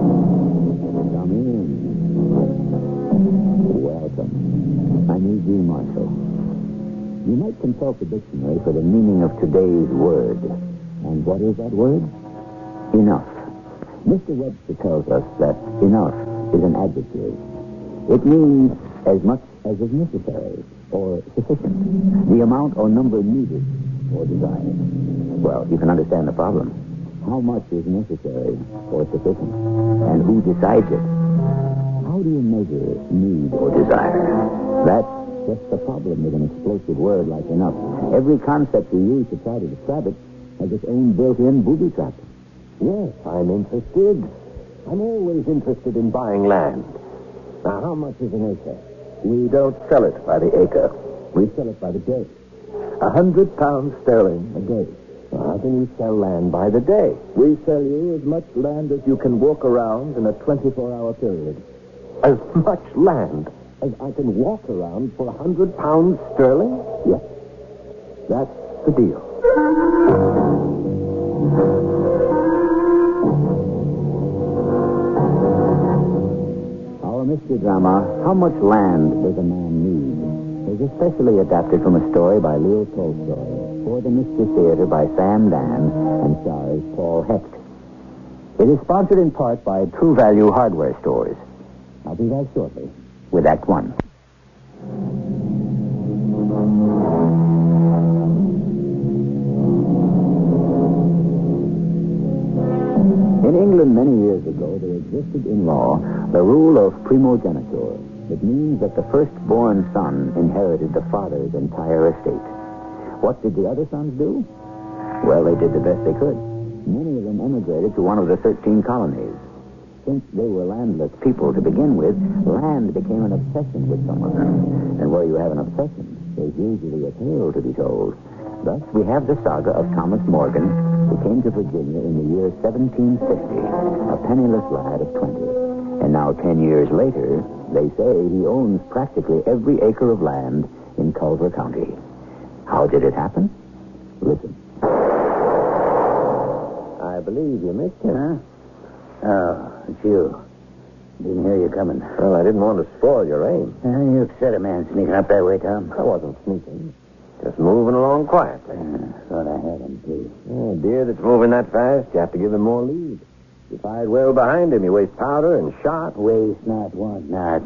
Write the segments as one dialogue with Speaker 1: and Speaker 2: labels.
Speaker 1: Come in. Welcome. I need you, Marshal. You might consult the dictionary for the meaning of today's word. And what is that word? Enough. Mr. Webster tells us that enough is an adjective. It means as much as is necessary or sufficient, the amount or number needed or desired. Well, you can understand the problem. How much is necessary or sufficient, and who decides it? How do you measure need or desire? That's just the problem with an explosive word like enough. Every concept you use to try to describe it has its own built-in booby trap.
Speaker 2: Yes, I'm interested. I'm always interested in buying land. Now, how much is an acre? We don't sell it by the acre.
Speaker 1: We sell it by the day.
Speaker 2: A hundred pounds sterling
Speaker 1: A day.
Speaker 2: Well, how can you sell land by the day? We sell you as much land as you can walk around in a 24-hour period. As much land as I can walk around for a hundred pounds sterling?
Speaker 1: Yes.
Speaker 2: That's the deal.
Speaker 1: Our mystery drama, How Much Land Does a Man Need? is especially adapted from a story by Leo Tolstoy for the Mystery Theater by Sam Dan and stars Paul Hecht. It is sponsored in part by True Value Hardware Stores. I'll be back shortly with Act One. In England many years ago, there existed in law the rule of primogeniture. It means that the firstborn son inherited the father's entire estate. What did the other sons do? Well, they did the best they could. Many of them emigrated to one of the 13 colonies. Since they were landless people to begin with, land became an obsession with some of them. And where you have an obsession, there's usually a tale to be told. Thus, we have the saga of Thomas Morgan, who came to Virginia in the year 1750, a penniless lad of 20. And now, 10 years later, they say he owns practically every acre of land in Culver County. How did it happen? Listen.
Speaker 2: I believe you missed him.
Speaker 1: Huh? Oh, it's you. Didn't hear you coming.
Speaker 2: Well, I didn't want to spoil your aim.
Speaker 1: Uh, you upset a man sneaking up that way, Tom. Uh,
Speaker 2: I wasn't sneaking. Just moving along quietly.
Speaker 1: thought I had him, too.
Speaker 2: Yeah, a deer that's moving that fast, you have to give him more lead. You fired well behind him, you waste powder and shot.
Speaker 1: Waste not, want not.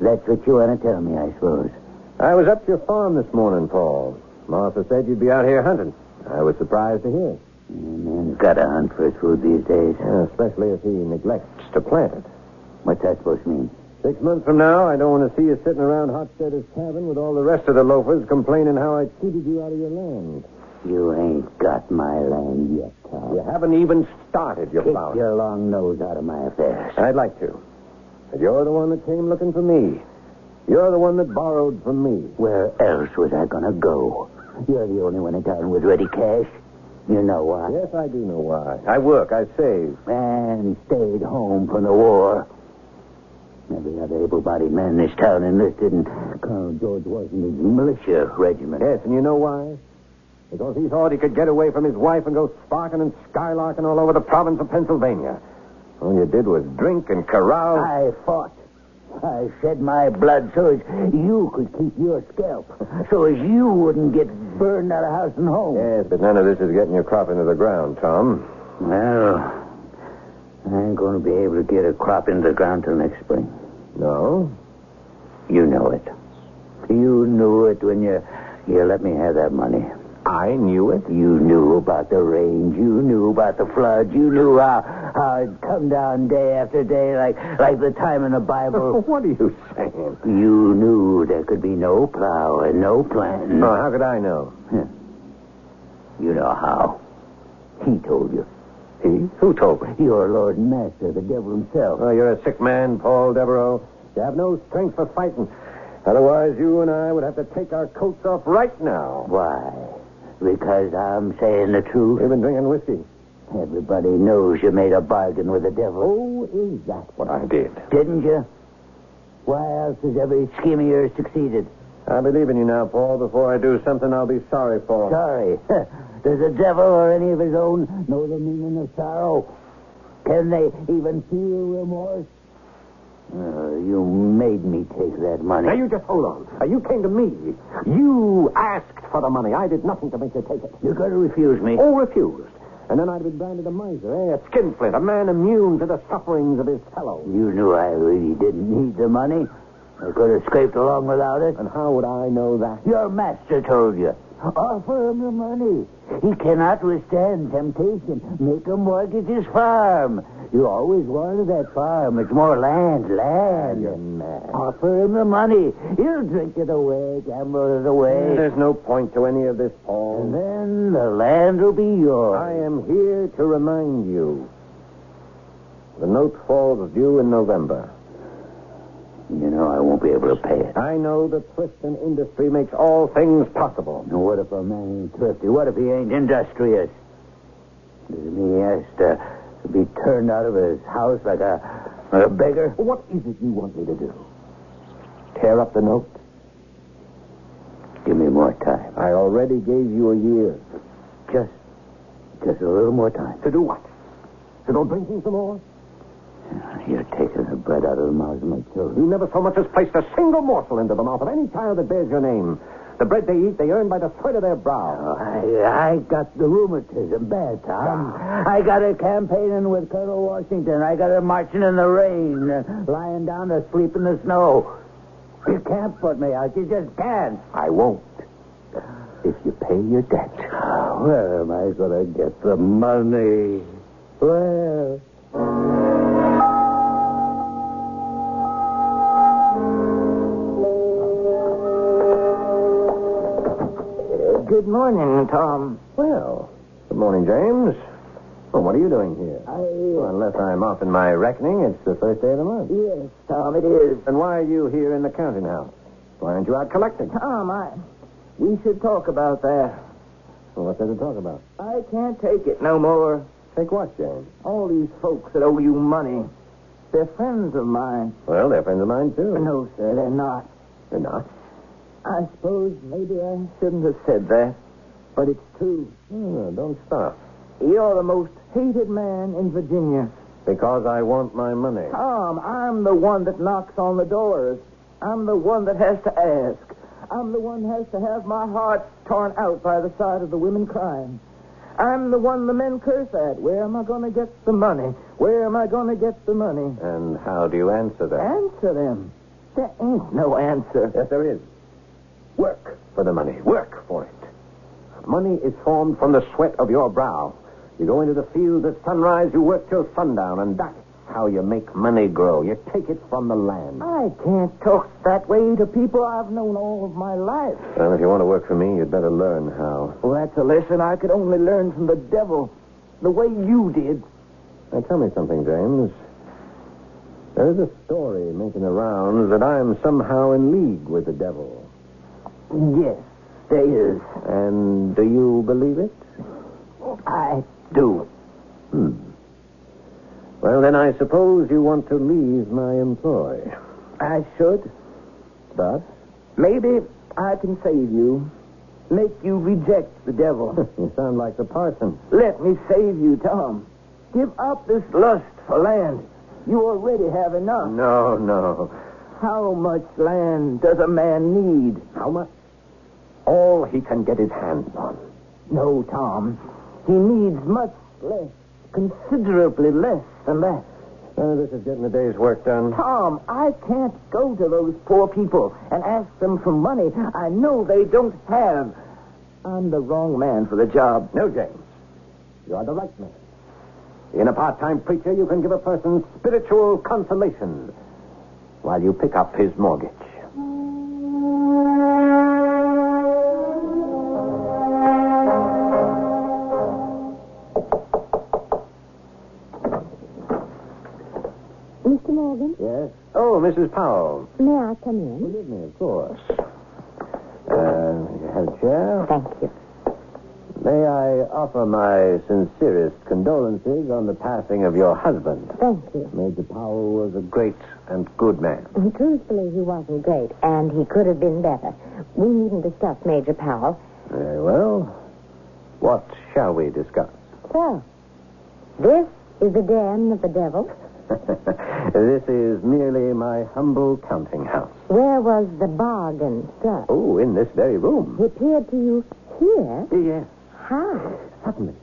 Speaker 1: That's what you want to tell me, I suppose.
Speaker 2: I was up to your farm this morning, Paul. Martha said you'd be out here hunting. I was surprised to hear it.
Speaker 1: A man's got to hunt for his food these days.
Speaker 2: Yeah, especially if he neglects to plant it.
Speaker 1: What's that supposed to mean?
Speaker 2: Six months from now, I don't want to see you sitting around Hotsteader's cabin with all the rest of the loafers complaining how I cheated you out of your land.
Speaker 1: You ain't got my land yet, Tom.
Speaker 2: You haven't even started your
Speaker 1: Kick
Speaker 2: plowing.
Speaker 1: your long nose out of my affairs.
Speaker 2: I'd like to. But you're the one that came looking for me. You're the one that borrowed from me.
Speaker 1: Where else was I going to go? You're the only one in town with ready cash. You know why?
Speaker 2: Yes, I do know why. I work, I save.
Speaker 1: Man stayed home from the war. Every other able-bodied man in this town enlisted in Colonel George Washington's militia regiment.
Speaker 2: Yes, and you know why? Because he thought he could get away from his wife and go sparking and skylarking all over the province of Pennsylvania. All you did was drink and carouse.
Speaker 1: I fought. I shed my blood so as you could keep your scalp, so as you wouldn't get burned out of house and home.
Speaker 2: Yes, but none of this is getting your crop into the ground, Tom.
Speaker 1: Well, I ain't going to be able to get a crop in the ground till next spring.
Speaker 2: No?
Speaker 1: You know it. You knew it when you you let me have that money.
Speaker 2: I knew it.
Speaker 1: You knew about the rains. You knew about the floods. You knew how, how it'd come down day after day, like like the time in the Bible.
Speaker 2: what are you saying?
Speaker 1: you knew there could be no plow and no planting.
Speaker 2: No, Oh, how could I know?
Speaker 1: You know how. He told you.
Speaker 2: He? Who told me?
Speaker 1: Your Lord and Master, the devil himself.
Speaker 2: Oh, you're a sick man, Paul Devereaux. You have no strength for fighting. Otherwise, you and I would have to take our coats off right now.
Speaker 1: Why? Because I'm saying the truth.
Speaker 2: You've been drinking whiskey.
Speaker 1: Everybody knows you made a bargain with the devil.
Speaker 2: Oh, is that what I did?
Speaker 1: Didn't you? Why else has every scheme of yours succeeded?
Speaker 2: I believe in you now, Paul. Before I do something I'll be sorry for.
Speaker 1: Sorry. Does the devil or any of his own know the meaning of sorrow? Can they even feel remorse? Oh, you made me take that money.
Speaker 2: Now, you just hold on. Uh, you came to me. You asked for the money. I did nothing to make you take it.
Speaker 1: You're going to refuse me.
Speaker 2: All refused. And then I'd been branded a miser, eh? A skinflint, a man immune to the sufferings of his fellows.
Speaker 1: You knew I really didn't need the money. I could have scraped along without it.
Speaker 2: And how would I know that?
Speaker 1: Your master told you. Offer him the money. He cannot withstand temptation. Make him mortgage his farm. You always wanted that farm. It's more land, land.
Speaker 2: You're mad.
Speaker 1: Offer him the money. He'll drink it away, gamble it away.
Speaker 2: Mm, There's no point to any of this,
Speaker 1: And
Speaker 2: Paul.
Speaker 1: then the land will be yours.
Speaker 2: I am here to remind you. The note falls due in November.
Speaker 1: You know I won't be able to pay it.
Speaker 2: I know that Clifton Industry makes all things possible.
Speaker 1: And what if a man ain't thrifty? What if he ain't industrious? Does it mean he has to be turned out of his house like a, like a beggar?
Speaker 2: What is it you want me to do? Tear up the note?
Speaker 1: Give me more time.
Speaker 2: I already gave you a year.
Speaker 1: Just, just a little more time.
Speaker 2: To do what? To go drinking some more?
Speaker 1: You're taking the bread out of the mouths of my children.
Speaker 2: You never so much as placed a single morsel into the mouth of any child that bears your name. The bread they eat, they earn by the sweat of their brow.
Speaker 1: I, I got the rheumatism bad, Tom. I got her campaigning with Colonel Washington. I got her marching in the rain, uh, lying down to sleep in the snow. You can't put me out. You just can't.
Speaker 2: I won't. If you pay your debt.
Speaker 1: Ah, Where am I going to get the money? Where? Good morning, Tom.
Speaker 2: Well, good morning, James. Well, what are you doing here? Well,
Speaker 1: I.
Speaker 2: unless I'm off in my reckoning, it's the first day of the month.
Speaker 1: Yes, Tom, it is.
Speaker 2: Then why are you here in the counting house? Why aren't you out collecting?
Speaker 1: Tom, I. We should talk about that.
Speaker 2: Well, what's there to talk about?
Speaker 1: I can't take it no more.
Speaker 2: Take what, James?
Speaker 1: All these folks that owe you money, they're friends of mine.
Speaker 2: Well, they're friends of mine, too.
Speaker 1: No, sir, they're not.
Speaker 2: They're not.
Speaker 1: I suppose maybe I shouldn't have said that, but it's true.
Speaker 2: No, don't stop.
Speaker 1: You're the most hated man in Virginia.
Speaker 2: Because I want my money.
Speaker 1: Tom, I'm the one that knocks on the doors. I'm the one that has to ask. I'm the one that has to have my heart torn out by the sight of the women crying. I'm the one the men curse at. Where am I going to get the money? Where am I going to get the money?
Speaker 2: And how do you answer that?
Speaker 1: Answer them. There ain't no answer.
Speaker 2: Yes, there is. Work for the money. Work for it. Money is formed from the sweat of your brow. You go into the fields at sunrise, you work till sundown, and that's how you make money grow. You take it from the land.
Speaker 1: I can't talk that way to people I've known all of my life.
Speaker 2: Well, if you want to work for me, you'd better learn how.
Speaker 1: Well, that's a lesson I could only learn from the devil, the way you did.
Speaker 2: Now, tell me something, James. There's a story making the rounds that I'm somehow in league with the devil.
Speaker 1: Yes, there is.
Speaker 2: And do you believe it?
Speaker 1: I do.
Speaker 2: Well, then I suppose you want to leave my employ.
Speaker 1: I should.
Speaker 2: But
Speaker 1: Maybe I can save you. Make you reject the devil.
Speaker 2: you sound like the parson.
Speaker 1: Let me save you, Tom. Give up this lust for land. You already have enough.
Speaker 2: No, no.
Speaker 1: How much land does a man need?
Speaker 2: How much? All he can get his hands on.
Speaker 1: No, Tom. He needs much less, considerably less than that.
Speaker 2: None of this is getting the day's work done.
Speaker 1: Tom, I can't go to those poor people and ask them for money I know they don't have. I'm the wrong man for the job.
Speaker 2: No, James. You are the right man. In a part-time preacher, you can give a person spiritual consolation while you pick up his mortgage.
Speaker 3: Mr. Morgan,
Speaker 2: Yes? Oh, Mrs. Powell.
Speaker 3: may I come in?
Speaker 2: Forgive me, of course. Uh, you have a chair?
Speaker 3: Thank you.
Speaker 2: May I offer my sincerest condolences on the passing of your husband?
Speaker 3: Thank you.
Speaker 2: Major Powell was a great and good man.
Speaker 3: He truthfully, he wasn't great, and he could have been better. We needn't discuss Major Powell.
Speaker 2: Very Eh, well. What shall we discuss?
Speaker 3: Well, this is the den of the devil.
Speaker 2: this is merely my humble counting house.
Speaker 3: Where was the bargain struck?
Speaker 2: Oh, in this very room.
Speaker 3: He appeared to you here?
Speaker 2: Yes.
Speaker 3: How?
Speaker 2: Suddenly.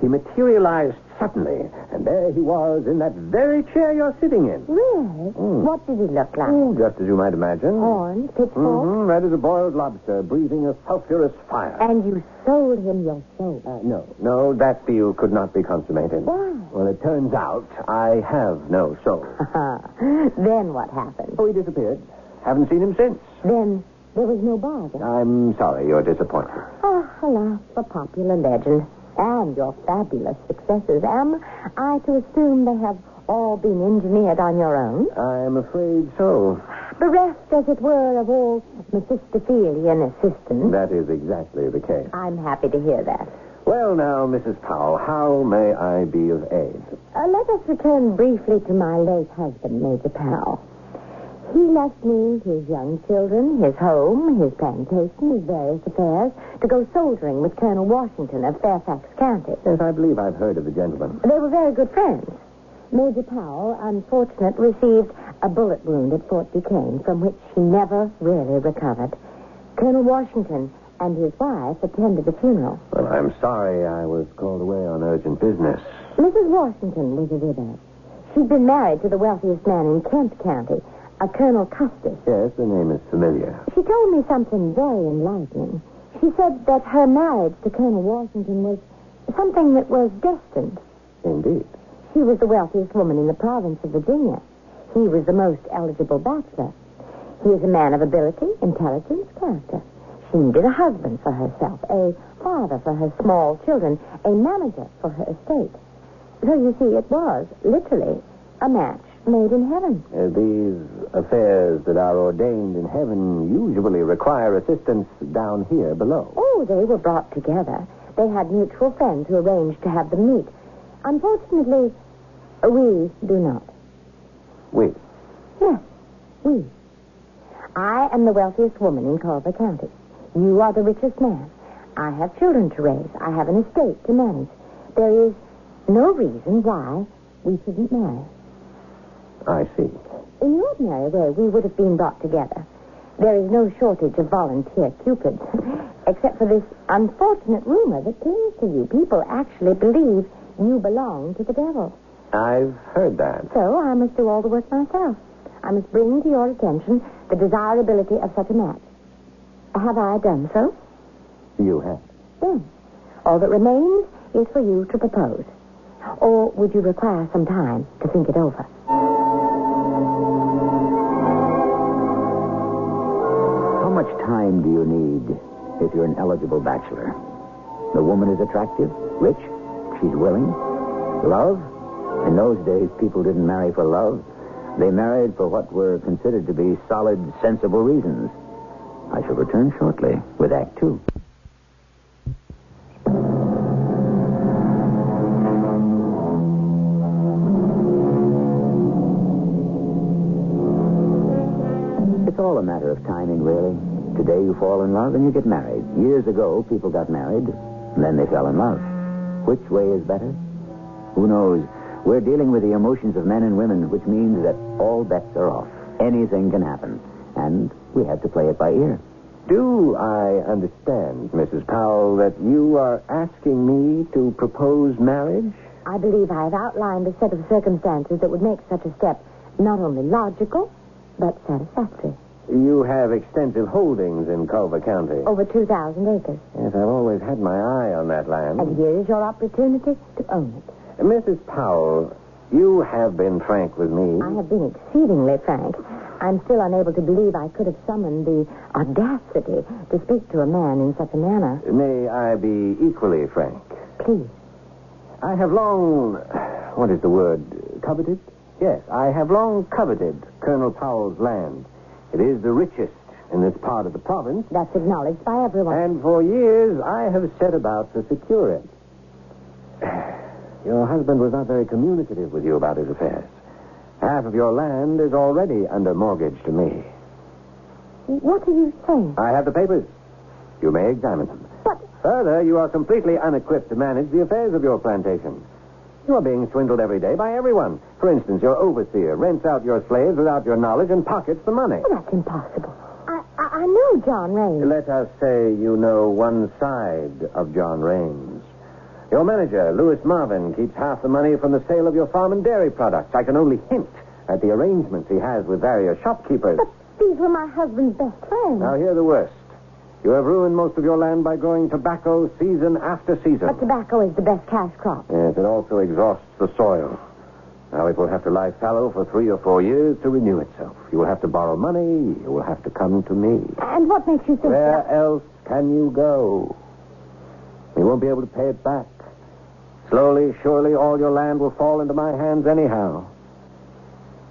Speaker 2: He materialized suddenly, and there he was in that very chair you're sitting in.
Speaker 3: Really?
Speaker 2: Hmm.
Speaker 3: What did he look like?
Speaker 2: Oh, just as you might imagine.
Speaker 3: Horned, pitchfork,
Speaker 2: Mm-hmm. Red as a boiled lobster, breathing a sulfurous fire.
Speaker 3: and you sold him your soul.
Speaker 2: Uh, no, no, that deal could not be consummated.
Speaker 3: Why?
Speaker 2: Well, it turns out I have no soul.
Speaker 3: then what happened?
Speaker 2: Oh, he disappeared. Haven't seen him since.
Speaker 3: Then there was no bargain.
Speaker 2: I'm sorry you're disappointed.
Speaker 3: Oh, alas, the popular legend and your fabulous successes. Am I to assume they have all been engineered on your own?
Speaker 2: I'm afraid so.
Speaker 3: Bereft, as it were, of all Mephistophelia assistance.
Speaker 2: That is exactly the case.
Speaker 3: I'm happy to hear that.
Speaker 2: Well, now, Mrs. Powell, how may I be of aid?
Speaker 3: Uh, let us return briefly to my late husband, Major Powell. He left me his young children, his home, his plantation, his various affairs, to go soldiering with Colonel Washington of Fairfax County.
Speaker 2: Yes, I believe I've heard of the gentleman.
Speaker 3: They were very good friends. Major Powell, unfortunate, received a bullet wound at Fort Duquesne from which he never really recovered. Colonel Washington and his wife attended the funeral.
Speaker 2: Well, I'm sorry I was called away on urgent business.
Speaker 3: Mrs. Washington was a widow. She'd been married to the wealthiest man in Kent County, a Colonel Custis.
Speaker 2: Yes, the name is familiar.
Speaker 3: She told me something very enlightening. She said that her marriage to Colonel Washington was something that was destined.
Speaker 2: Indeed.
Speaker 3: She was the wealthiest woman in the province of Virginia. He was the most eligible bachelor. He is a man of ability, intelligence, character. She needed a husband for herself, a father for her small children, a manager for her estate. So you see, it was literally a match made in heaven.
Speaker 2: Uh, these affairs that are ordained in heaven usually require assistance down here below.
Speaker 3: Oh, they were brought together. They had mutual friends who arranged to have them meet. Unfortunately, we do not.
Speaker 2: Wait,
Speaker 3: Yes, we. I am the wealthiest woman in Culver County. You are the richest man. I have children to raise. I have an estate to manage. There is no reason why we shouldn't marry.
Speaker 2: I see.
Speaker 3: In the ordinary way, we would have been brought together. There is no shortage of volunteer cupids, except for this unfortunate rumor that clings to you. People actually believe you belong to the devil.
Speaker 2: I've heard that.
Speaker 3: So I must do all the work myself. I must bring to your attention the desirability of such a match. Have I done so?
Speaker 2: You have.
Speaker 3: Then, all that remains is for you to propose. Or would you require some time to think it over?
Speaker 4: How much time do you need if you're an eligible bachelor? The woman is attractive, rich, she's willing. Love? In those days, people didn't marry for love. They married for what were considered to be solid, sensible reasons. I shall return shortly with Act Two. It's all a matter of timing, really. Today you fall in love and you get married. Years ago, people got married, and then they fell in love. Which way is better? Who knows? We're dealing with the emotions of men and women, which means that all bets are off. Anything can happen. And we have to play it by ear.
Speaker 2: Do I understand, Mrs. Powell, that you are asking me to propose marriage?
Speaker 3: I believe I have outlined a set of circumstances that would make such a step not only logical, but satisfactory.
Speaker 2: You have extensive holdings in Culver County.
Speaker 3: Over 2,000 acres.
Speaker 2: Yes, I've always had my eye on that land.
Speaker 3: And here is your opportunity to own it.
Speaker 2: Mrs. Powell, you have been frank with me.
Speaker 3: I have been exceedingly frank. I'm still unable to believe I could have summoned the audacity to speak to a man in such a manner.
Speaker 2: May I be equally frank?
Speaker 3: Please.
Speaker 2: I have long. What is the word? Coveted? Yes, I have long coveted Colonel Powell's land. It is the richest in this part of the province,
Speaker 3: That's acknowledged by everyone.
Speaker 2: and for years I have set about to secure it. Your husband was not very communicative with you about his affairs. Half of your land is already under mortgage to me.
Speaker 3: What are you saying?
Speaker 2: I have the papers. You may examine them.
Speaker 3: But-
Speaker 2: Further, you are completely unequipped to manage the affairs of your plantation. You are being swindled every day by everyone. For instance, your overseer rents out your slaves without your knowledge and pockets the money.
Speaker 3: Well, that's impossible. I, I, I know John Raines.
Speaker 2: Let us say you know one side of John Raines. Your manager, Louis Marvin, keeps half the money from the sale of your farm and dairy products. I can only hint at the arrangements he has with various shopkeepers.
Speaker 3: But these were my husband's best friends.
Speaker 2: Now, hear the worst. You have ruined most of your land by growing tobacco season after season.
Speaker 3: But tobacco is the best cash crop.
Speaker 2: Yes, it also exhausts the soil. Now it will have to lie fallow for three or four years to renew itself. You will have to borrow money. You will have to come to me.
Speaker 3: And what makes you think
Speaker 2: Where
Speaker 3: that?
Speaker 2: else can you go? You won't be able to pay it back. Slowly, surely, all your land will fall into my hands anyhow.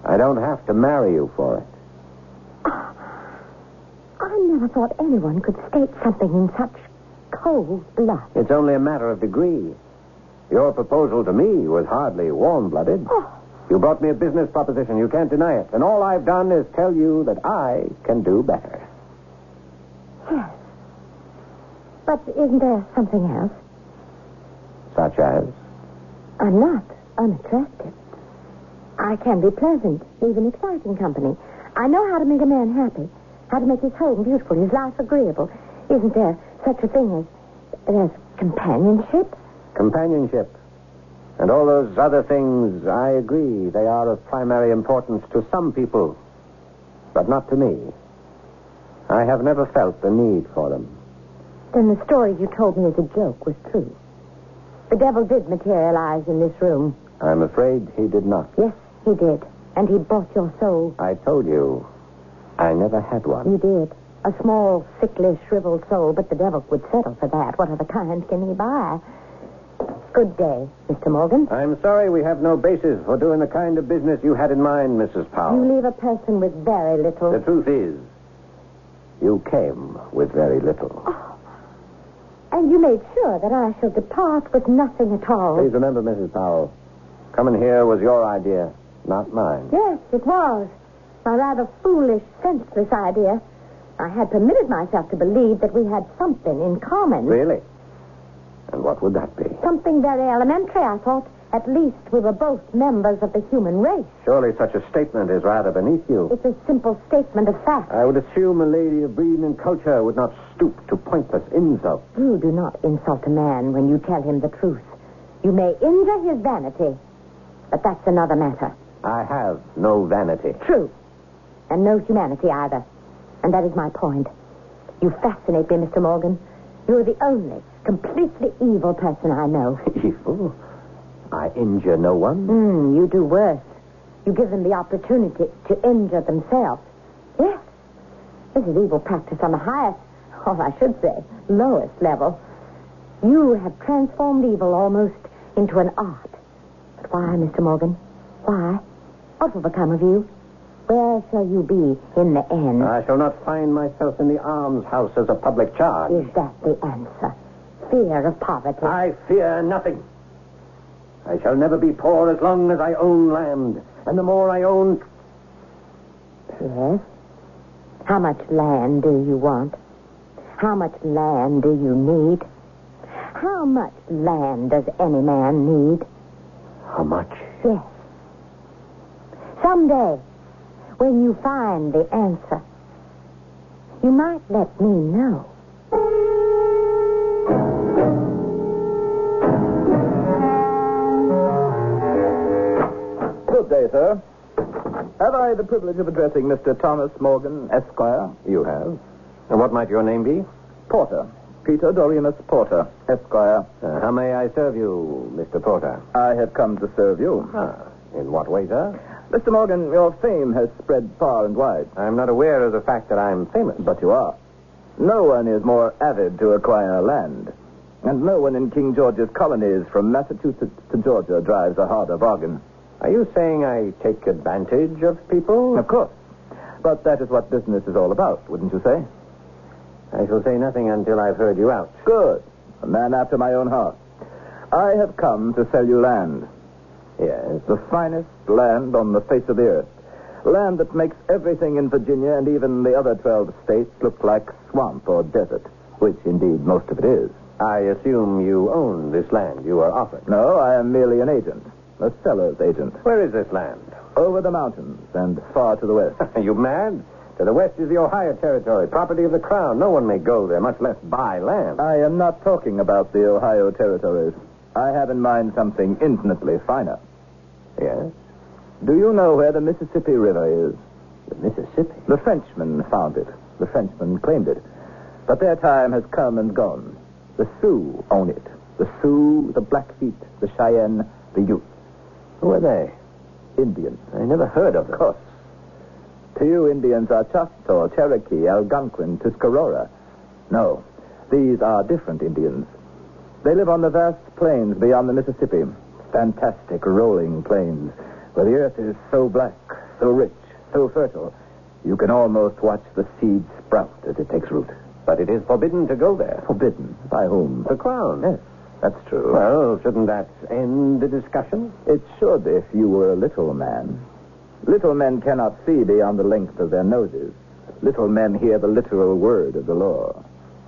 Speaker 2: I don't have to marry you for it.
Speaker 3: I never thought anyone could state something in such cold blood.
Speaker 2: It's only a matter of degree. Your proposal to me was hardly warm blooded.
Speaker 3: Oh.
Speaker 2: You brought me a business proposition. You can't deny it. And all I've done is tell you that I can do better.
Speaker 3: Yes. But isn't there something else?
Speaker 2: Such as?
Speaker 3: I'm not unattractive. I can be pleasant, even exciting company. I know how to make a man happy, how to make his home beautiful, his life agreeable. Isn't there such a thing as there's companionship?
Speaker 2: Companionship. And all those other things, I agree, they are of primary importance to some people, but not to me. I have never felt the need for them.
Speaker 3: Then the story you told me as a joke was true. The devil did materialize in this room.
Speaker 2: I'm afraid he did not.
Speaker 3: Yes, he did. And he bought your soul.
Speaker 2: I told you, I never had one.
Speaker 3: You did. A small, sickly, shriveled soul, but the devil would settle for that. What other kind can he buy? Good day, Mr. Morgan.
Speaker 2: I'm sorry we have no basis for doing the kind of business you had in mind, Mrs. Powell.
Speaker 3: You leave a person with very little.
Speaker 2: The truth is, you came with very little.
Speaker 3: Oh. And you made sure that I shall depart with nothing at all.
Speaker 2: Please remember, Mrs. Powell, coming here was your idea, not mine.
Speaker 3: Yes, it was. My rather foolish, senseless idea. I had permitted myself to believe that we had something in common.
Speaker 2: Really? And what would that be?
Speaker 3: Something very elementary, I thought. At least we were both members of the human race.
Speaker 2: Surely such a statement is rather beneath you.
Speaker 3: It's a simple statement of fact.
Speaker 2: I would assume a lady of breeding and culture would not stoop to pointless insult.
Speaker 3: You do not insult a man when you tell him the truth. You may injure his vanity, but that's another matter.
Speaker 2: I have no vanity.
Speaker 3: True. And no humanity either. And that is my point. You fascinate me, Mr. Morgan. You're the only completely evil person I know.
Speaker 2: Evil? I injure no one.
Speaker 3: Hmm, you do worse. You give them the opportunity to injure themselves. Yes. This is evil practice on the highest, or I should say, lowest level. You have transformed evil almost into an art. But why, Mr. Morgan? Why? What will become of you? Where shall you be in the end?
Speaker 2: I shall not find myself in the almshouse as a public charge.
Speaker 3: Is that the answer? Fear of poverty.
Speaker 2: I fear nothing. I shall never be poor as long as I own land. And the more I own,
Speaker 3: Yes. How much land do you want? How much land do you need? How much land does any man need?
Speaker 2: how much?
Speaker 3: Yes. Someday, when you find the answer, you might let me know.
Speaker 5: Good day, sir. Have I the privilege of addressing Mr. Thomas Morgan, Esquire?
Speaker 2: You have. And what might your name be?
Speaker 5: Porter. Peter Doremus Porter, Esquire.
Speaker 2: Uh, how may I serve you, Mr. Porter?
Speaker 5: I have come to serve you.
Speaker 2: Ah, in what way, sir?
Speaker 5: Mr. Morgan, your fame has spread far and wide.
Speaker 2: I'm not aware of the fact that I'm famous.
Speaker 5: But you are. No one is more avid to acquire land. And no one in King George's colonies from Massachusetts to Georgia drives a harder bargain.
Speaker 2: Are you saying I take advantage of people?
Speaker 5: Of course.
Speaker 2: But that is what business is all about, wouldn't you say?
Speaker 6: I shall say nothing until I've heard you out.
Speaker 2: Good. A man after my own heart. I have come to sell you land. Yes, the finest land on the face of the earth. Land that makes everything in Virginia and even the other 12 states look like swamp or desert, which indeed most of it is.
Speaker 6: I assume you own this land you are offered.
Speaker 2: No, I am merely an agent, a seller's agent,
Speaker 6: Where is this land?
Speaker 2: over the mountains and far to the west.
Speaker 6: Are you mad? To the west is the Ohio Territory, property of the Crown. No one may go there, much less buy land.
Speaker 2: I am not talking about the Ohio territories. I have in mind something infinitely finer.
Speaker 6: yes?
Speaker 2: Do you know where the Mississippi River is?
Speaker 6: The Mississippi.
Speaker 2: The Frenchmen found it. The Frenchmen claimed it. But their time has come and gone. The Sioux own it. The Sioux, the Blackfeet, the Cheyenne, the Utes.
Speaker 6: Who are they?
Speaker 2: Indians.
Speaker 6: I never heard of them.
Speaker 2: Of course. To you, Indians are Choctaw, Cherokee, Algonquin, Tuscarora. No, these are different Indians. They live on the vast plains beyond the Mississippi. Fantastic rolling plains where the earth is so black, so rich, so fertile, you can almost watch the seed sprout as it takes root.
Speaker 6: But it is forbidden to go there.
Speaker 2: Forbidden. By whom?
Speaker 6: The Crown.
Speaker 2: Yes, that's true.
Speaker 6: Well, shouldn't that end the discussion?
Speaker 2: It should if you were a little man. Little men cannot see beyond the length of their noses. Little men hear the literal word of the law.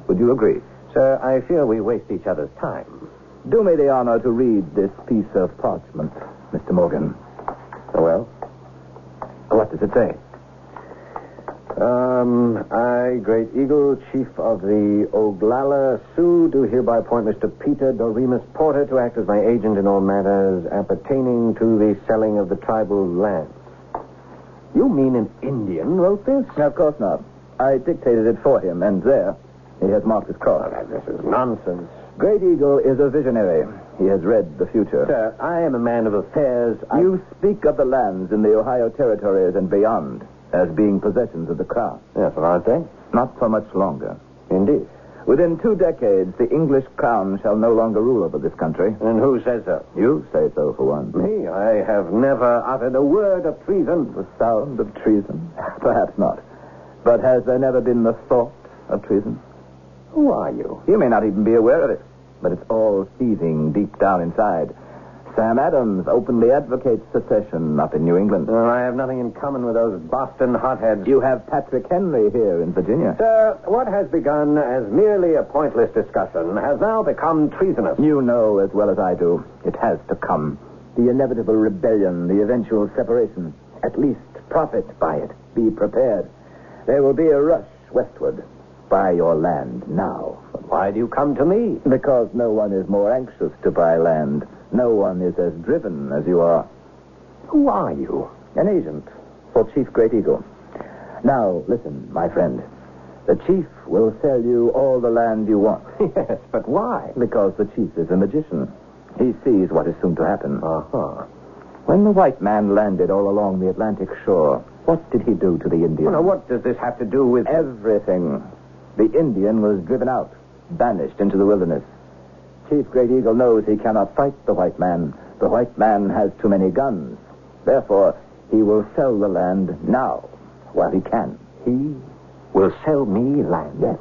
Speaker 2: Would you agree?
Speaker 6: Sir, I fear we waste each other's time.
Speaker 2: Do me the honor to read this piece of parchment, Mr. Morgan.
Speaker 6: Well? What does it say? Um, I, Great Eagle, Chief of the Oglala Sioux, do hereby appoint Mr. Peter Doremus Porter to act as my agent in all matters appertaining to the selling of the tribal lands. You mean an Indian wrote this?
Speaker 2: Of course not. I dictated it for him, and there he has marked his cross.
Speaker 6: This is nonsense.
Speaker 2: Great Eagle is a visionary. He has read the future.
Speaker 6: Sir, I am a man of affairs. I...
Speaker 2: You speak of the lands in the Ohio territories and beyond as being possessions of the crown.
Speaker 6: Yes, aren't they?
Speaker 2: Not for much longer.
Speaker 6: Indeed.
Speaker 2: Within two decades, the English crown shall no longer rule over this country.
Speaker 6: And who says so?
Speaker 2: You say so, for one.
Speaker 6: Me? I have never uttered a word of treason.
Speaker 2: The sound of treason? Perhaps not. But has there never been the thought of treason?
Speaker 6: Who are you?
Speaker 2: You may not even be aware of it, but it's all seething deep down inside. Sam Adams openly advocates secession up in New England.
Speaker 6: Well, I have nothing in common with those Boston hotheads.
Speaker 2: You have Patrick Henry here in Virginia.
Speaker 6: Sir, what has begun as merely a pointless discussion has now become treasonous.
Speaker 2: You know as well as I do, it has to come. The inevitable rebellion, the eventual separation. At least profit by it. Be prepared. There will be a rush westward. Buy your land now.
Speaker 6: Why do you come to me?
Speaker 2: Because no one is more anxious to buy land. No one is as driven as you are.
Speaker 6: Who are you?
Speaker 2: An agent for Chief Great Eagle. Now, listen, my friend. The chief will sell you all the land you want.
Speaker 6: yes, but why?
Speaker 2: Because the chief is a magician. He sees what is soon to happen.
Speaker 6: Uh-huh.
Speaker 2: When the white man landed all along the Atlantic shore, what did he do to the Indian?
Speaker 6: Well, now, what does this have to do with...
Speaker 2: Everything. The Indian was driven out, banished into the wilderness. Chief Great Eagle knows he cannot fight the white man. The white man has too many guns. Therefore, he will sell the land now, while he can.
Speaker 6: He will sell me land.
Speaker 2: Yes.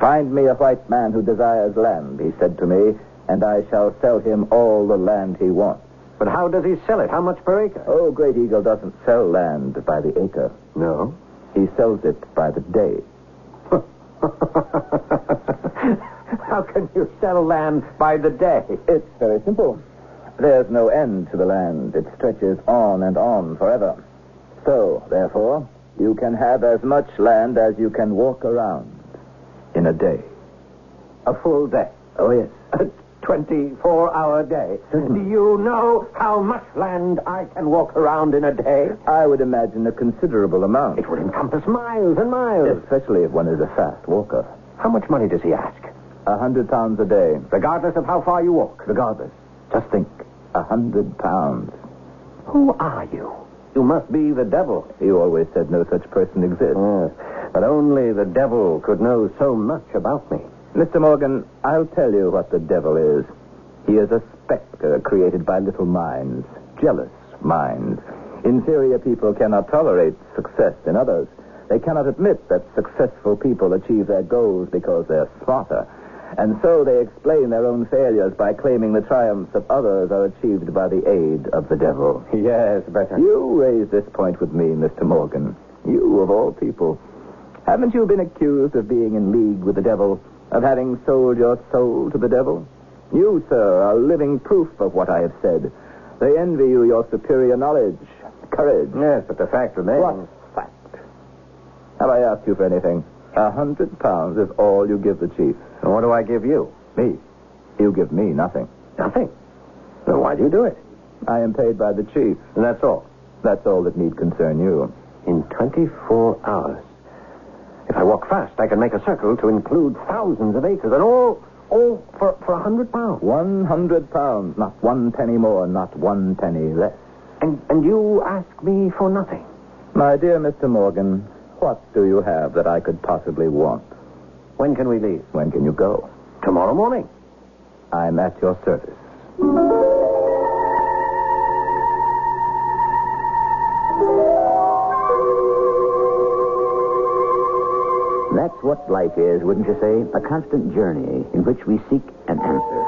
Speaker 2: Find me a white man who desires land, he said to me, and I shall sell him all the land he wants.
Speaker 6: But how does he sell it? How much per acre?
Speaker 2: Oh, Great Eagle doesn't sell land by the acre.
Speaker 6: No.
Speaker 2: He sells it by the day.
Speaker 6: how can you sell land by the day?
Speaker 2: It's very simple. There's no end to the land. It stretches on and on forever. So, therefore, you can have as much land as you can walk around in a day.
Speaker 6: A full day.
Speaker 2: Oh, yes. Hmm.
Speaker 6: A 24 hour day. Do you know how much land I can walk around in a day?
Speaker 2: I would imagine a considerable amount,
Speaker 6: It would encompass miles and miles.
Speaker 2: especially if one is a fast walker.
Speaker 6: How much money does he ask?
Speaker 2: A hundred pounds a day.
Speaker 6: Regardless of how far you walk.
Speaker 2: Regardless, just think, a hundred pounds.
Speaker 6: Who are you? You must be the devil.
Speaker 2: You always said no such person exists.
Speaker 6: Yes, but only the devil could know so much about me.
Speaker 2: Mr. Morgan, I'll tell you what the devil is. He is a specter created by little minds, jealous minds. Inferior people cannot tolerate success in others. They cannot admit that successful people achieve their goals because they're smarter. And so they explain their own failures by claiming the triumphs of others are achieved by the aid of the devil.
Speaker 6: Yes, but
Speaker 2: You raise this point with me, Mr. Morgan. You, of all people. Haven't you been accused of being in league with the devil? Of having sold your soul to the devil? You, sir, are living proof of what I have said. They envy you your superior knowledge, courage.
Speaker 6: Yes, but the fact remains.
Speaker 2: What fact? Have I asked you for anything? A hundred pounds is all you give the chief.
Speaker 6: And what do I give you?
Speaker 2: Me? You give me nothing.
Speaker 6: Nothing. Then why do you do it?
Speaker 2: I am paid by the chief.
Speaker 6: And that's all.
Speaker 2: That's all that need concern you.
Speaker 6: In 24 hours. If I walk fast, I can make a circle to include thousands of acres, and all, all for for a hundred pounds.
Speaker 2: One hundred pounds, not one penny more, not one penny less.
Speaker 6: And and you ask me for nothing.
Speaker 2: My dear Mr. Morgan, what do you have that I could possibly want?
Speaker 6: When can we leave?
Speaker 2: When can you go?
Speaker 6: Tomorrow morning.
Speaker 2: I'm at your service.
Speaker 1: That's what life is, wouldn't you say? A constant journey in which we seek an answer.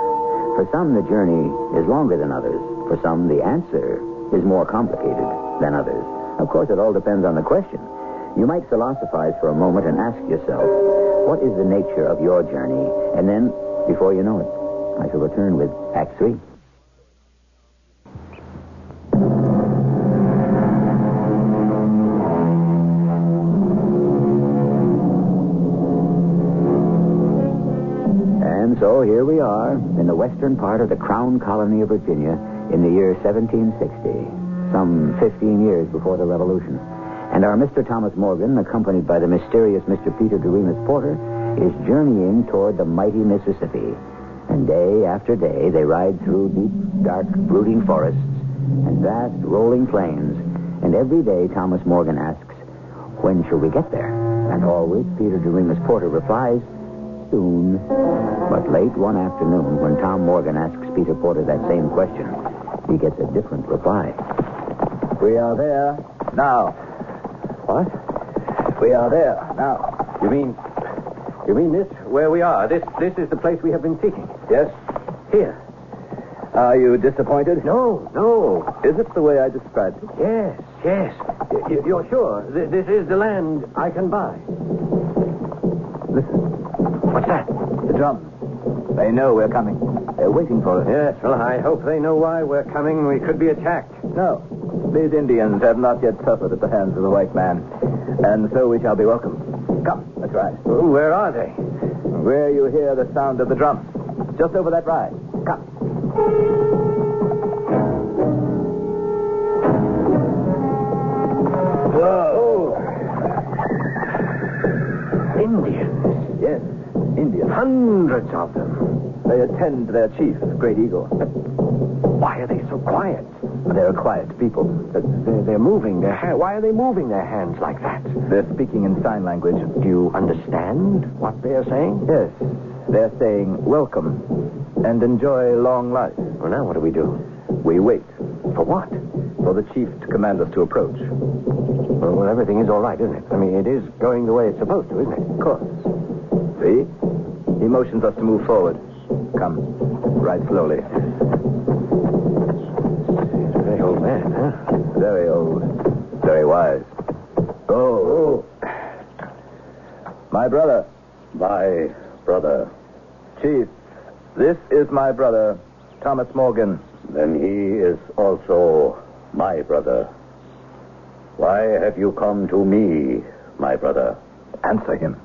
Speaker 1: For some, the journey is longer than others. For some, the answer is more complicated than others. Of course, it all depends on the question. You might philosophize for a moment and ask yourself, what is the nature of your journey? And then, before you know it, I shall return with Act 3. And so here we are in the western part of the Crown Colony of Virginia in the year 1760, some 15 years before the Revolution. And our Mr. Thomas Morgan, accompanied by the mysterious Mr. Peter Doremus Porter, is journeying toward the mighty Mississippi. And day after day, they ride through deep, dark, brooding forests and vast, rolling plains. And every day, Thomas Morgan asks, When shall we get there? And always, Peter Doremus Porter replies, soon. But late one afternoon, when Tom Morgan asks Peter Porter that same question, he gets a different reply.
Speaker 2: We are there now.
Speaker 6: What?
Speaker 2: We are there now.
Speaker 6: You mean? You mean this? Where we are? This this is the place we have been seeking.
Speaker 2: Yes?
Speaker 6: Here.
Speaker 2: Are you disappointed?
Speaker 6: No, no.
Speaker 2: Is it the way I described it?
Speaker 6: Yes, yes. Y- y- You're sure Th- this is the land I can buy?
Speaker 2: Listen,
Speaker 6: What's that?
Speaker 2: the drums. They know we're coming. They're waiting for us.
Speaker 6: Yes, well, I hope they know why we're coming. We could be attacked.
Speaker 2: No. These Indians have not yet suffered at the hands of the white man. And so we shall be welcome. Come, let's ride.
Speaker 6: Oh, where are they?
Speaker 2: Where you hear the sound of the drums. Just over that ride. Come.
Speaker 6: Indians.
Speaker 2: Yes, Indians.
Speaker 6: Hundreds of them.
Speaker 2: They attend their chief, Great Eagle.
Speaker 6: Why are they so quiet?
Speaker 2: They're quiet people.
Speaker 6: Uh, They're, they're moving their hand. Why are they moving their hands like that?
Speaker 2: They're speaking in sign language.
Speaker 6: Do you understand what they are saying?
Speaker 2: Yes, they're saying welcome and enjoy long life.
Speaker 6: Well, now what do we do?
Speaker 2: We wait
Speaker 6: For what?
Speaker 2: for the chief to command us to approach.
Speaker 6: Well, well, everything is all right, isn't it? I mean, it is going the way it's supposed to, isn't it?
Speaker 2: Of course. See? He motions us to move forward. Come. Ride slowly.
Speaker 6: It's a very old man, huh?
Speaker 2: Very old. Very wise. Go. My brother. My brother. Chief, this is my brother, Thomas Morgan. Then he is also my brother. Why have you come to me, my brother? Answer him.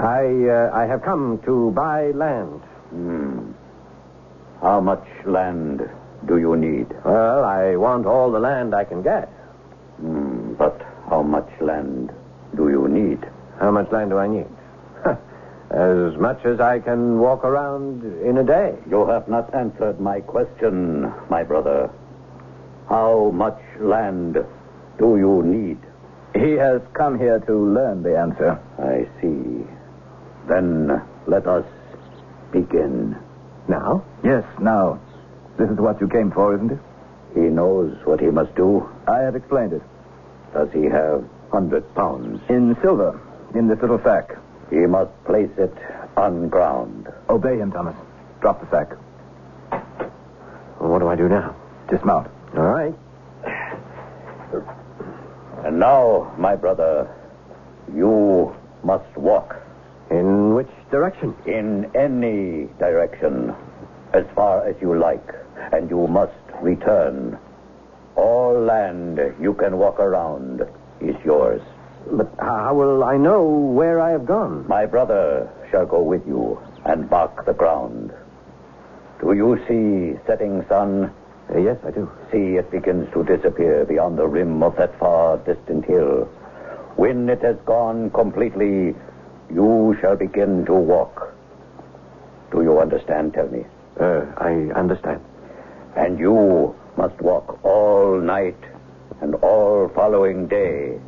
Speaker 6: I, uh, I have come to buy land.
Speaker 2: Hmm. How much land do you need?
Speaker 6: Well, I want all the land I can get.
Speaker 2: Hmm, But how much land do you need?
Speaker 6: How much land do I need? as much as I can walk around in a day.
Speaker 2: You have not answered my question, my brother. How much land do you need? He has come here to learn the answer. I see. Then let us begin.
Speaker 6: Now?
Speaker 2: Yes, now. This is what you came for, isn't it?
Speaker 1: He knows what he must do.
Speaker 2: I have explained it.
Speaker 1: Does he have hundred pounds?
Speaker 2: In silver, in this little sack.
Speaker 1: He must place it on ground.
Speaker 2: Obey him, Thomas. Drop the sack.
Speaker 6: Well, what do I do now?
Speaker 2: Dismount.
Speaker 6: All right.
Speaker 1: And now, my brother, you must walk
Speaker 6: In which direction?
Speaker 1: in any direction, as far as you like, and you must return. All land you can walk around is yours.
Speaker 6: But how will I know where I have gone?
Speaker 1: My brother shall go with you and mark the ground. Do you see setting sun?
Speaker 6: Uh, yes, I do.
Speaker 1: See, it begins to disappear beyond the rim of that far distant hill. When it has gone completely, you shall begin to walk. Do you understand? Tell me.
Speaker 6: Uh, I understand.
Speaker 1: And you must walk all night and all following day.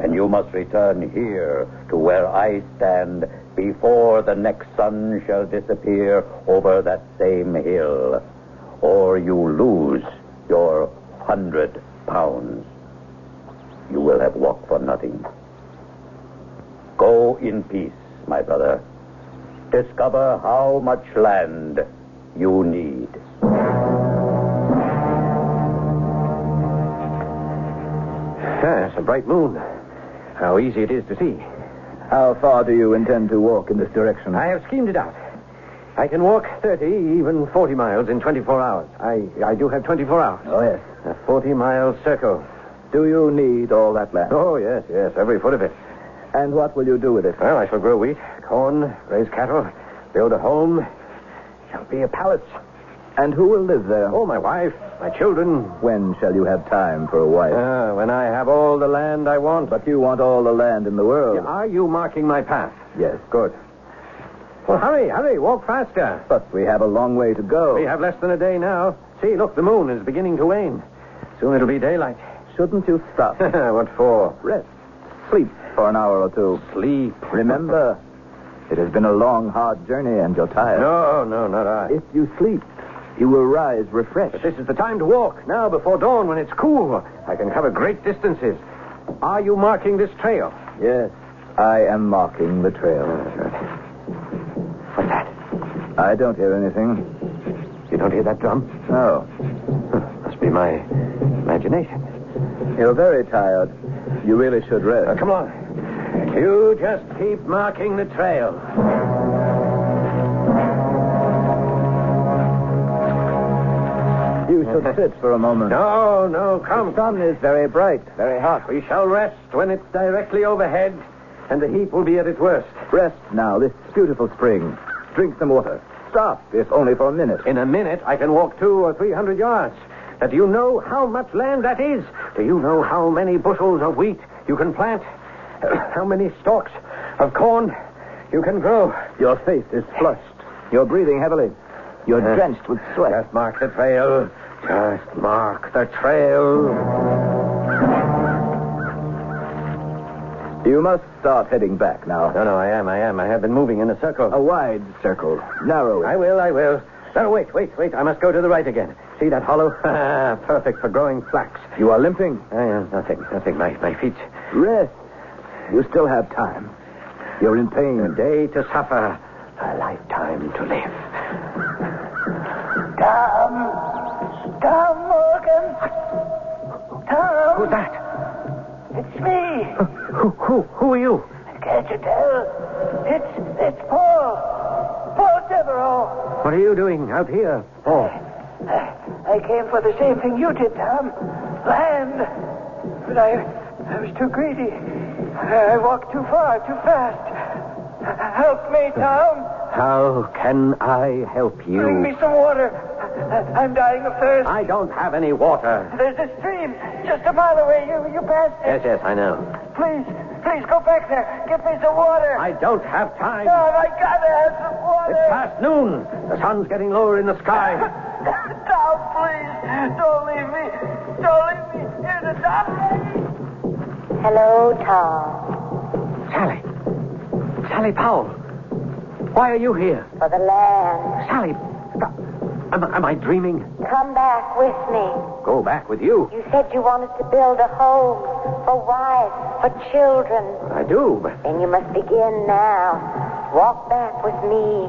Speaker 1: And you must return here to where I stand before the next sun shall disappear over that same hill, or you lose your hundred pounds. You will have walked for nothing. Go in peace, my brother. Discover how much land you need.
Speaker 6: Ah, it's a bright moon. How easy it is to see.
Speaker 2: How far do you intend to walk in this direction?
Speaker 6: I have schemed it out. I can walk 30, even 40 miles in 24 hours. I, I do have 24 hours.
Speaker 2: Oh, yes.
Speaker 6: A 40 mile circle.
Speaker 2: Do you need all that land?
Speaker 6: Oh, yes, yes, every foot of it.
Speaker 2: And what will you do with it?
Speaker 6: Well, I shall grow wheat, corn, raise cattle, build a home. Shall be a palace.
Speaker 2: And who will live there?
Speaker 6: Oh, my wife, my children.
Speaker 2: When shall you have time for a wife?
Speaker 6: Ah, when I have all the land I want.
Speaker 2: but you want all the land in the world.
Speaker 6: Are you marking my path?
Speaker 2: Yes, good.
Speaker 6: Well, hurry, hurry, walk faster.
Speaker 2: But we have a long way to go.
Speaker 6: We have less than a day now. See, look, the moon is beginning to wane. Soon it'll be daylight.
Speaker 2: Shouldn't you stop?
Speaker 6: what for?
Speaker 2: Rest. Sleep for an hour or two.
Speaker 6: Sleep.
Speaker 2: Remember, it has been a long, hard journey and you're tired.
Speaker 6: No, no, not I.
Speaker 2: If you sleep, you will rise refreshed.
Speaker 6: But this is the time to walk, now before dawn when it's cool. I can cover great distances. Are you marking this trail?
Speaker 2: Yes, I am marking the trail.
Speaker 6: What's that?
Speaker 2: I don't hear anything.
Speaker 6: You don't hear that drum?
Speaker 2: No.
Speaker 6: Must be my imagination. Uh,
Speaker 2: You're very tired. You really should rest.
Speaker 6: come on. You just keep marking the trail.
Speaker 2: You should sit for a moment.
Speaker 6: No, no, come.
Speaker 2: The sun is very bright, very hot.
Speaker 6: We shall rest when it's directly overhead, and the heat will be at its worst.
Speaker 2: Rest now, this beautiful spring. Drink some water. Stop, if only for a minute.
Speaker 6: In a minute, I can walk two or three hundred yards. Now, do you know how much land that is? Do you know how many bushels of wheat you can plant? how many stalks of corn you can grow?
Speaker 2: Your face is flushed. You're breathing heavily. You're
Speaker 6: Yes.
Speaker 2: drenched with sweat.
Speaker 6: Just mark the trail. Just mark the trail.
Speaker 2: You must start heading back now.
Speaker 6: No, no, I am, I am. I have been moving in a circle.
Speaker 2: A wide circle, narrow.
Speaker 6: I will, I will. No, wait, wait, wait. I must go to the right again. See that hollow? Ah, Perfect for growing flax.
Speaker 2: You are limping.
Speaker 6: I am nothing, nothing. My, my feet.
Speaker 2: Rest. You still have time. You're in
Speaker 6: A
Speaker 2: pain.
Speaker 6: day to suffer, a lifetime to live.
Speaker 7: Tom! Tom Morgan! Tom! Who's that? It's me!
Speaker 6: Who, who, who are you?
Speaker 7: Can't you tell? It's it's Paul! Paul Devereaux!
Speaker 6: What are you doing out here, Paul?
Speaker 7: I, I came for the same thing you did, Tom. Land! But I I was too greedy. I, I walked too far, too fast. Help me, Tom!
Speaker 6: How can I help
Speaker 7: Bring me
Speaker 6: you?
Speaker 7: some water. I, I'm dying of thirst.
Speaker 6: I don't have any water.
Speaker 7: There's a stream just a mile away. You you passed it.
Speaker 6: Yes, yes, I know.
Speaker 7: Please, please go back there. Get me some water.
Speaker 6: I don't have time.
Speaker 7: No, I gotta have some water.
Speaker 6: It's past noon. The sun's getting lower in the sky.
Speaker 7: Tom, please, don't leave me. Don't leave me here to die.
Speaker 3: Hello, Tom.
Speaker 6: Sally. Sally Powell. Why are you here?
Speaker 3: For the land.
Speaker 6: Sally. Am, am I dreaming?
Speaker 3: No, Come back with me.
Speaker 6: Go back with you.
Speaker 3: You said you wanted to build a home for wife, for children.
Speaker 6: I do, but
Speaker 3: Then you must begin now. Walk back with me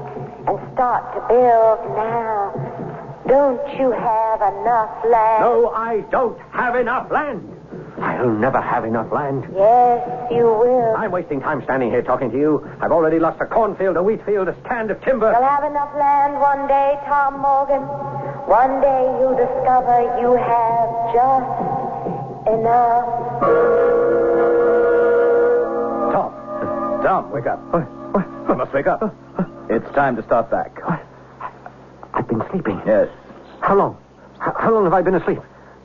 Speaker 3: and start to build now. Don't you have enough land?
Speaker 6: no, I don't have enough land. I'll never have enough land.
Speaker 3: Yes, you will.
Speaker 6: I'm wasting time standing here talking to you. I've already lost a cornfield, a wheat field, a stand of timber.
Speaker 3: You'll have enough land one day, Tom Morgan. One day you'll discover you have just enough.
Speaker 2: Tom. Tom, wake up. What? What? You must wake up. It's time to start back.
Speaker 6: I've been sleeping.
Speaker 2: Yes.
Speaker 6: How long? How, how long have I been asleep?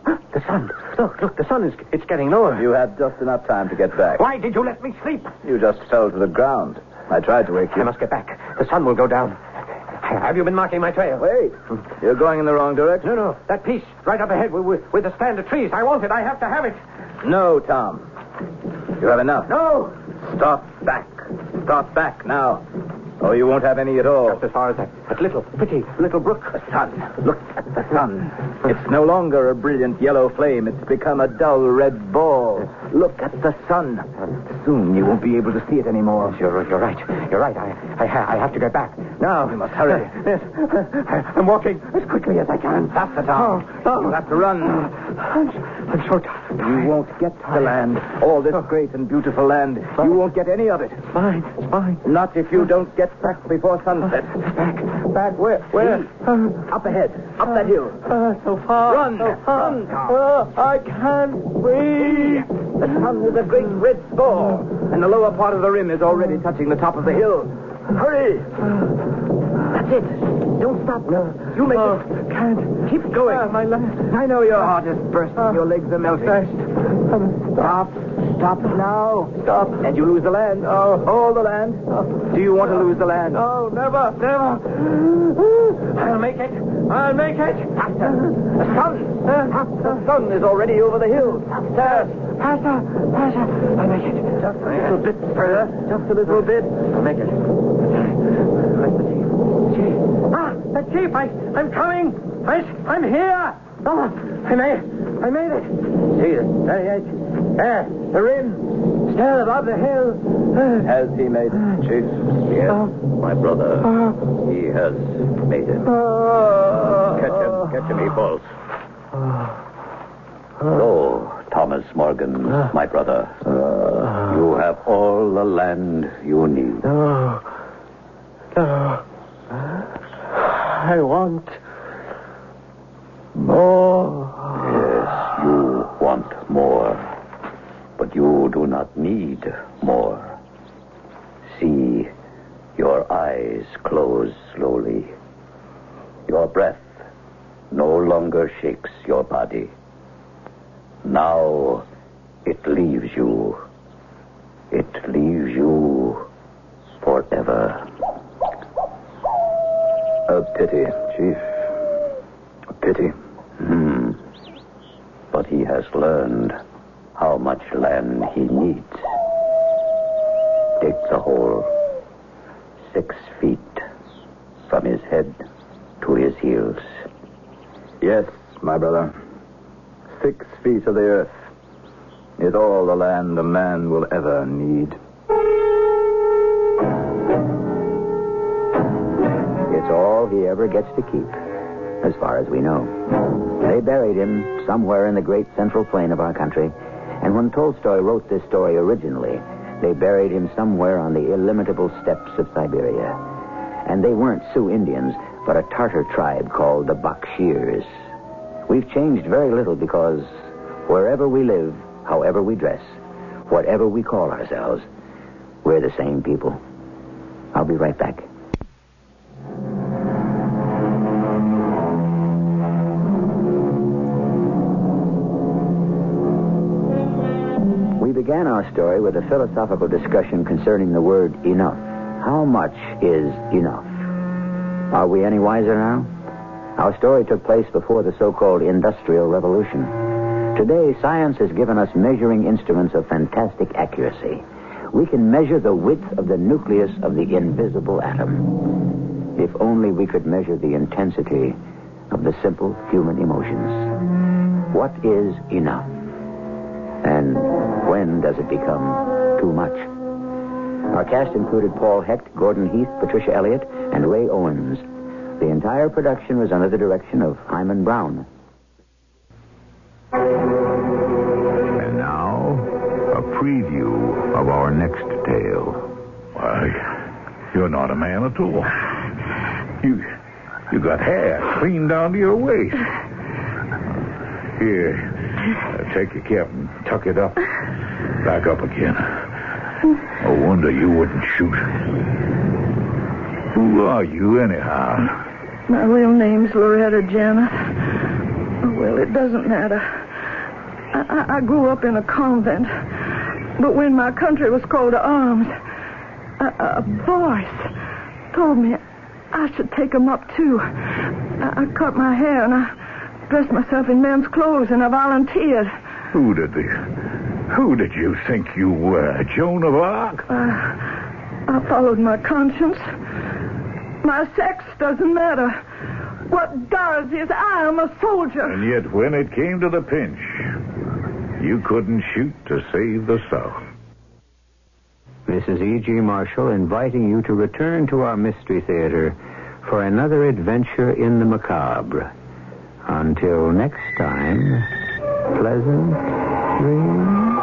Speaker 6: The sun. Look, look, the sun is it's getting lower.
Speaker 2: You had just enough time to get back.
Speaker 6: Why did you let me sleep?
Speaker 2: You just fell to the ground. I tried to wake you.
Speaker 6: I must get back. The sun will go down. Have you been marking my trail?
Speaker 2: Wait. You're going in the wrong direction.
Speaker 6: No, no. That piece right up ahead with, with, with the stand of trees. I want it. I have to have it.
Speaker 2: No, Tom. You have enough.
Speaker 6: No.
Speaker 2: Stop back. Stop back now. Or you won't have any at all.
Speaker 6: Just as far as that, that little, pretty little brook.
Speaker 2: The sun. Look at the sun. It's no longer a brilliant yellow flame. It's become a dull red ball. Look at the sun. Soon you won't be able to see it anymore.
Speaker 6: You're, you're right. You're right. I, I, ha- I have to get back. Now.
Speaker 2: You must hurry.
Speaker 6: Yes. I'm walking as quickly as I can.
Speaker 2: That's the town.
Speaker 6: Oh, oh.
Speaker 2: You'll have to run.
Speaker 6: I'm, I'm so tired. Oh.
Speaker 2: You won't get the land. All this great and beautiful land. You won't get any of it.
Speaker 6: It's mine. It's mine.
Speaker 2: Not if you don't get back before sunset.
Speaker 6: Oh, Back.
Speaker 2: Back where? Where?
Speaker 6: Uh,
Speaker 2: Up ahead. Up that hill.
Speaker 6: uh, so far.
Speaker 2: Run.
Speaker 6: So far.
Speaker 2: Run,
Speaker 6: Uh, I can't breathe.
Speaker 2: The sun is a great red ball, and the lower part of the rim is already touching the top of the hill. Hurry!
Speaker 6: Uh,
Speaker 2: That's it. Don't stop. You make
Speaker 6: Oh,
Speaker 2: it.
Speaker 6: can't.
Speaker 2: Keep going.
Speaker 6: Uh, my last.
Speaker 2: I know your heart is bursting.
Speaker 6: Uh, um,
Speaker 2: your legs are melting.
Speaker 6: Last.
Speaker 2: Stop. Stop now. Stop. And you lose the land. Oh. All the land. Do you want to lose the land?
Speaker 6: Oh, never, never. I'll make it. I'll make it. Uh,
Speaker 2: The sun. The sun is already over the hill. Faster.
Speaker 6: Faster, faster. I'll make it.
Speaker 2: Just a little bit further. Just a little bit.
Speaker 6: I'll make it. Where's the chief? Chief. Ah, the chief. I, I'm coming. I, I'm here. Oh, I made it. I made it. See, the very edge. There, the rim. Still above the hill.
Speaker 2: Has he made it, Chief? Yes. My brother. He has made it.
Speaker 6: uh, Oh.
Speaker 2: Catch him. Catch him. He falls. So, Thomas Morgan, my brother, you have all the land you need.
Speaker 6: No. No. Oh. I want more.
Speaker 2: Yes, you want more. But you do not need more. See, your eyes close slowly. Your breath no longer shakes your body. Now it leaves you. It leaves you forever. A pity, Chief. A pity. Hmm. But he has learned how much land he needs. Dig the hole six feet from his head to his heels. Yes, my brother. Six feet of the earth is all the land a man will ever need.
Speaker 6: It's all he ever gets to keep, as far as we know. They buried him somewhere in the great central plain of our country. And when Tolstoy wrote this story originally, they buried him somewhere on the illimitable steppes of Siberia. And they weren't Sioux Indians, but a Tartar tribe called the Bakshirs. We've changed very little because wherever we live, however we dress, whatever we call ourselves, we're the same people. I'll be right back. We began our story with a philosophical discussion concerning the word enough. How much is enough? Are we any wiser now? Our story took place before the so called Industrial Revolution. Today, science has given us measuring instruments of fantastic accuracy. We can measure the width of the nucleus of the invisible atom. If only we could measure the intensity
Speaker 2: of the simple human emotions. What is enough? And when does it become too much? Our cast included Paul Hecht, Gordon Heath, Patricia Elliott, and Ray Owens. The entire production was under the direction of Hyman Brown.
Speaker 8: And now, a preview of our next tale.
Speaker 9: Why, you're not a man at all. You, you got hair clean down to your waist. Here, uh, take your cap and tuck it up. Back up again. Oh, No wonder you wouldn't shoot. Who are you, anyhow?
Speaker 10: My real name's Loretta Janet. Oh, Well, it doesn't matter. I, I, I grew up in a convent, but when my country was called to arms, a, a voice told me I should take 'em up too. I, I cut my hair and I dressed myself in men's clothes and I volunteered.
Speaker 9: Who did the, who did you think you were, Joan of Arc?
Speaker 10: I followed my conscience. My sex doesn't matter. What does is I am a soldier.
Speaker 9: And yet, when it came to the pinch, you couldn't shoot to save the South.
Speaker 2: Mrs. E.G. E Marshall inviting you to return to our Mystery Theater for another adventure in the macabre. Until next time, pleasant dreams.